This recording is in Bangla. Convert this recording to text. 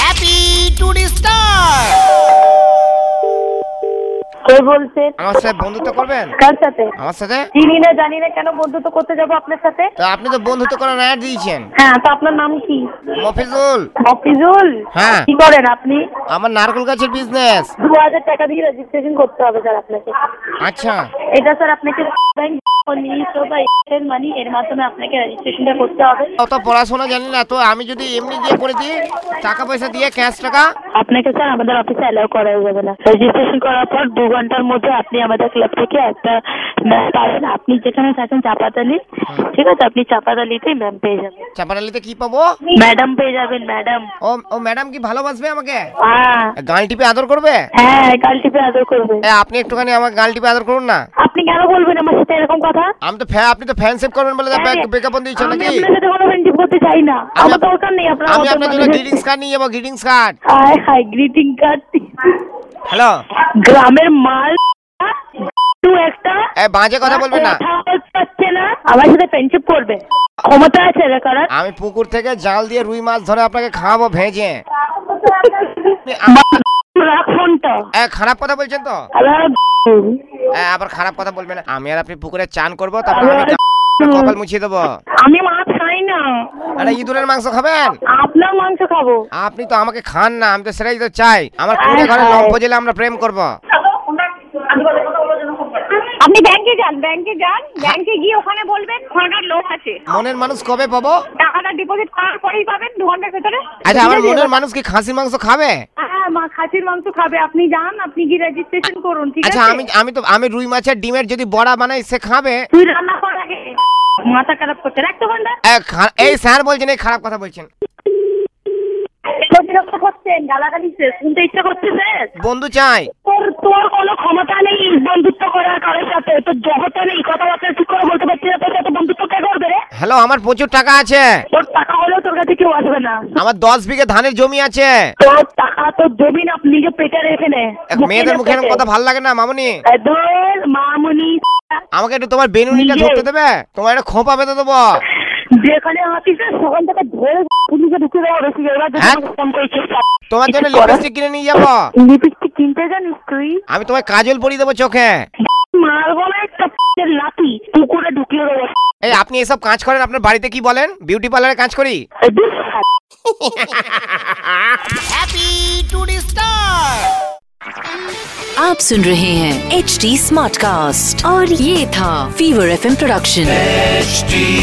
হ্যাপি টুডি স্টার কে বলছেন আমার সাথে বন্ধুত্ব করবেন কার সাথে আমার সাথে চিনি না জানি না কেন বন্ধুত্ব করতে যাব আপনার সাথে তো আপনি তো বন্ধুত্ব করার অ্যাড দিয়েছেন হ্যাঁ তো আপনার নাম কি মফিজুল মফিজুল হ্যাঁ। কি করেন আপনি আমার নারকেল গাছের বিজনেস দু হাজার টাকা দিয়ে রেজিস্ট্রেশন করতে হবে স্যার আপনাকে আচ্ছা এটা স্যার আপনাকে ব্যাংক বা এয়ারটেল মানি এর মাধ্যমে আপনাকে রেজিস্ট্রেশনটা করতে হবে অত পড়াশোনা জানি না তো আমি যদি এমনি গিয়ে করে দিই টাকা পয়সা দিয়ে ক্যাশ টাকা আপনাকে স্যার আমাদের অফিসে অ্যালাউ করা যাবে না রেজিস্ট্রেশন করার পর দু ঘন্টার মধ্যে আপনি আমাদের ক্লাব থেকে একটা ম্যাম পাবেন আপনি যেখানে থাকেন চাপাতালি ঠিক আছে আপনি চাপাতালিতেই ম্যাম পেয়ে যাবেন চাপাটালিতে কি পাবো ম্যাডাম পেয়ে যাবেন ম্যাডাম ও ও ম্যাডাম কি ভালোবাসবে আমাকে হ্যাঁ গাল টিপে আদর করবে হ্যাঁ কাল টিপে আদর করবে এ, আপনি একটুখানি আমার গাল টিপে আদর করুন না আপনি কেন বলবেন আমার সাথে এরকম কথা হ্যাঁ, আমি তো ফ্যা- আপনি তো ফ্যানশিপ করবেন বলে তো ব্যাগ- বিজ্ঞাপন দিয়েছেন আমি নাকি আপনার সাথে কোনো friendship করতে চাই না আমার আপ- দরকার নেই আপনার আমি মতো আপনার জন্য মানুষের। গ্রিটিংস কার্ড নিয়ে যাবো greetings card hi hi greeting card hello গ্রামের মাল টু একটা এ বাজে কথা বলবেন না কথা বলতে পারছে না আমার সাথে ফ্রেন্ডশিপ করবে ক্ষমতা আছে এটা করার আমি পুকুর থেকে জাল দিয়ে রুই মাছ ধরে আপনাকে খাওয়াবো ভেজে রাখ ফোনটা এ, খারাপ কথা বলছেন তো আবার এ, আবার খারাপ কথা বলবেন না। আমি আর আপনি পুকুরে চান করবো তারপর আমি গা- কপাল মুছিয়ে দেবো আমি মাছ খাই না আরে ইঁদুরের মাংস খাবেন আপনার মাংস খাবো আপনি তো আমাকে খান না আমি তো সেটাই তো চাই আমার কুড়ে ঘরে লম্ফ জেলে আমরা প্রেম করবো আপনি ব্যাংকে যান ব্যাংকে যান ব্যাংকে গিয়ে ওখানে বলবেন ওখানকার লোক আছে মনের মানুষ কবে পাবো টাকাটা ডিপোজিট করার পরেই পাবেন দু ঘন্টার ভেতরে আচ্ছা আমার ঠিক আছে? মনের মানুষ কি খাসির মাংস খাবে হ্যাঁ মা খাসির মাংস খাবে আপনি যান আপনি গিয়ে রেজিস্ট্রেশন করুন ঠিক আছে আচ্ছা আমি আমি তো আমি রুই মাছের ডিমের যদি বড়া বানাই সে খাবে তুই রান্না কর আগে মাথা খারাপ করছে রাখতে ঘন্টা এ, খা- এই স্যার বলছেন এই খারাপ কথা বলছেন বিরক্ত করছেন গালাগালি শুনতে ইচ্ছা করছে স্যার বন্ধু চাই তোর তোর কোনো ক্ষমতা নেই বন্ধুত্ব করার কারোর সাথে তোর জগতে নেই কথাবার্তা ঠিক করে বলতে পারছি না তোর সাথে বন্ধুত্ব কে করবে রে হ্যালো আমার প্রচুর টাকা আছে তোর টাকা হলেও তোর কাছে কেউ আসবে না আমার দশ বিঘে ধানের জমি আছে তোর টাকা তোর জমি না আপনি নিজে পেটে রেখে নে এক মেয়েদের মুখে এরকম কথা ভাল লাগে না মামনি দোর মামুনি আমাকে একটু তোমার বেনুনিটা নিজের। ধরতে দেবে তোমার একটা খোঁপা বেঁধে দেবো যেখানে আছিস না, সেখান থেকে ধরে পুলিশে ঢুকে দেওয়া বেশি এবার হ্যাঁ? ফোন করেছিস তোমার জন্য কিছু করার- লিপস্টিক কিনে নিয়ে যাবো লিপস্টিক কিনতে জানিস তুই আমি তোমায় কাজল পরিয়ে দেবো চোখে মারবো না একটা লাতি পুকুরে ঢুকিয়ে দেবো এই আপনি এসব কাজ করেন আপনার বাড়িতে কি বলেন বিউটি পার্লারে কাজ করি এই ধুর। आप सुन रहे हैं एच डी स्मार्ट कास्ट और ये था फीवर एफ प्रोडक्शन HD